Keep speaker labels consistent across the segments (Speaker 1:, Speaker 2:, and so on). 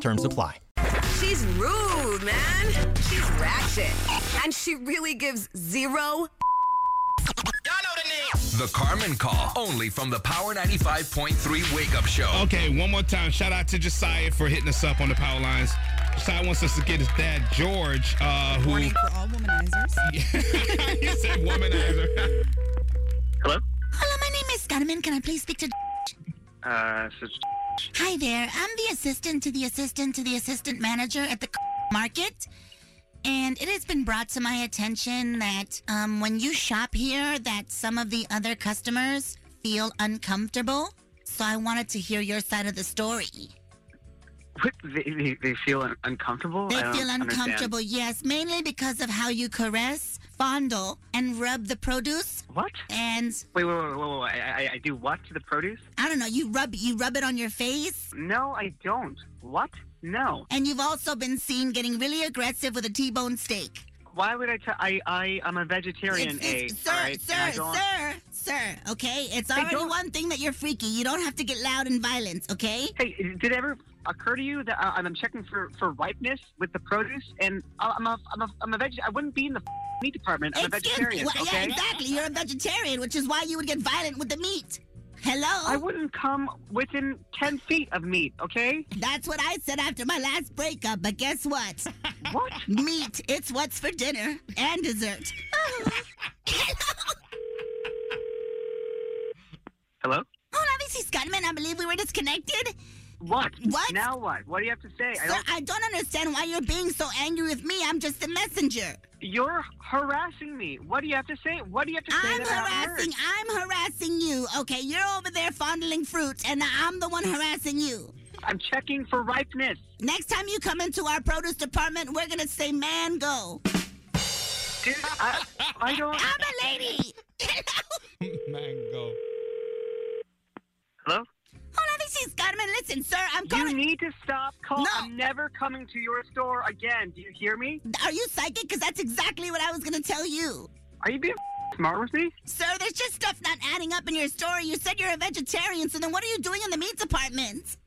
Speaker 1: Terms apply.
Speaker 2: She's rude, man. She's ratchet. And she really gives zero.
Speaker 3: The Carmen Call, only from the Power 95.3 Wake Up Show.
Speaker 4: Okay, one more time. Shout out to Josiah for hitting us up on the power lines. Josiah wants us to get his dad, George, uh, who.
Speaker 5: Warning for all womanizers.
Speaker 4: he said womanizer.
Speaker 6: Hello?
Speaker 7: Hello, my name is Carmen. Can I please speak to?
Speaker 6: Uh, so
Speaker 7: Hi there. I'm the assistant to the assistant to the assistant manager at the market. And it has been brought to my attention that um, when you shop here, that some of the other customers feel uncomfortable. So I wanted to hear your side of the story.
Speaker 6: what, they, they, they feel un- uncomfortable?
Speaker 7: They
Speaker 6: I don't
Speaker 7: feel
Speaker 6: understand.
Speaker 7: uncomfortable, yes, mainly because of how you caress, fondle, and rub the produce.
Speaker 6: What?
Speaker 7: And
Speaker 6: Wait, wait, wait, wait, wait, wait. I, I, I do what to the produce?
Speaker 7: I don't know, you rub you rub it on your face.
Speaker 6: No, I don't. What? No.
Speaker 7: And you've also been seen getting really aggressive with a T-bone steak.
Speaker 6: Why would I tell? I, I, I'm a vegetarian,
Speaker 7: It's- it's-
Speaker 6: A.
Speaker 7: sir,
Speaker 6: all right?
Speaker 7: sir,
Speaker 6: And I don't-
Speaker 7: sir, sir. Okay, it's already
Speaker 6: don't-
Speaker 7: one thing that you're freaky. You don't have to get loud and violent. Okay.
Speaker 6: Hey, did it ever occur to you that uh, I'm checking for, for ripeness with the produce? And I'm a, I'm a, I'm a veg. I wouldn't be in the f***ing meat department. I'm a
Speaker 7: Excuse me.
Speaker 6: vegetarian,
Speaker 7: Well,
Speaker 6: okay?
Speaker 7: Yeah, exactly. You're a vegetarian, which is why you would get violent with the meat. Hello.
Speaker 6: I wouldn't come within 10 feet of meat, okay?
Speaker 7: That's what I said after my last breakup. But guess what?
Speaker 6: What?
Speaker 7: meat. It's what's for dinner and dessert.
Speaker 6: Hello?
Speaker 7: Hold on, this is Gunman. I believe we were disconnected.
Speaker 6: What?
Speaker 7: What?
Speaker 6: Now what? What do you have to say?
Speaker 7: Sir,
Speaker 6: I don't,
Speaker 7: I don't understand why you're being so angry with me. I'm just a messenger.
Speaker 6: you're harassing me. What do you have to say? What do you have to say?
Speaker 7: I'm
Speaker 6: that I haven't heard?
Speaker 7: harassing. I'm harassing you. Okay, you're over there fondling fruit, and I'm the one harassing you.
Speaker 6: I'm checking for ripeness.
Speaker 7: Next time you come into our produce department, we're gonna say mango.
Speaker 6: Dude, I, I don't.
Speaker 7: I'm a lady.
Speaker 4: Mango.
Speaker 6: Hello?
Speaker 7: Hold on, this is Carmen. Listen, sir, I'm
Speaker 6: You
Speaker 7: calling.
Speaker 6: need to stop calling.
Speaker 7: No.
Speaker 6: I'm never coming to your store again. Do you hear me?
Speaker 7: Are you psychic? Because that's exactly what I was gonna tell you.
Speaker 6: Are you being smart with me?
Speaker 7: Sir, there's just stuff not adding up in your story. You said you're a vegetarian, so then what are you doing in the meat department?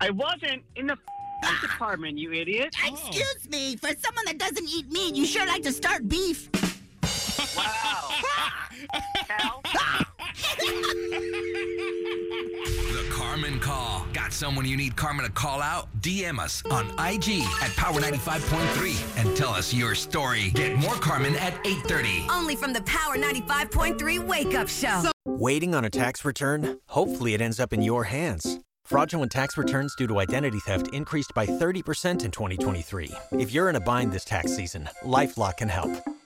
Speaker 6: I wasn't in the
Speaker 7: Ah.
Speaker 6: f- department, you idiot.
Speaker 7: Excuse me, for someone that doesn't eat meat, you sure like to start beef.
Speaker 6: Wow. Cal.
Speaker 3: The Carmen Call. Got someone you need Carmen to call out? DM us on IG at Power 95.3 and tell us your story. Get more Carmen at 8.30.
Speaker 2: Only from the Power 95.3 Wake Up Show.
Speaker 1: Waiting on a tax return? Hopefully, it ends up in your hands. Fraudulent tax returns due to identity theft increased by 30% in 2023. If you're in a bind this tax season, LifeLock can help.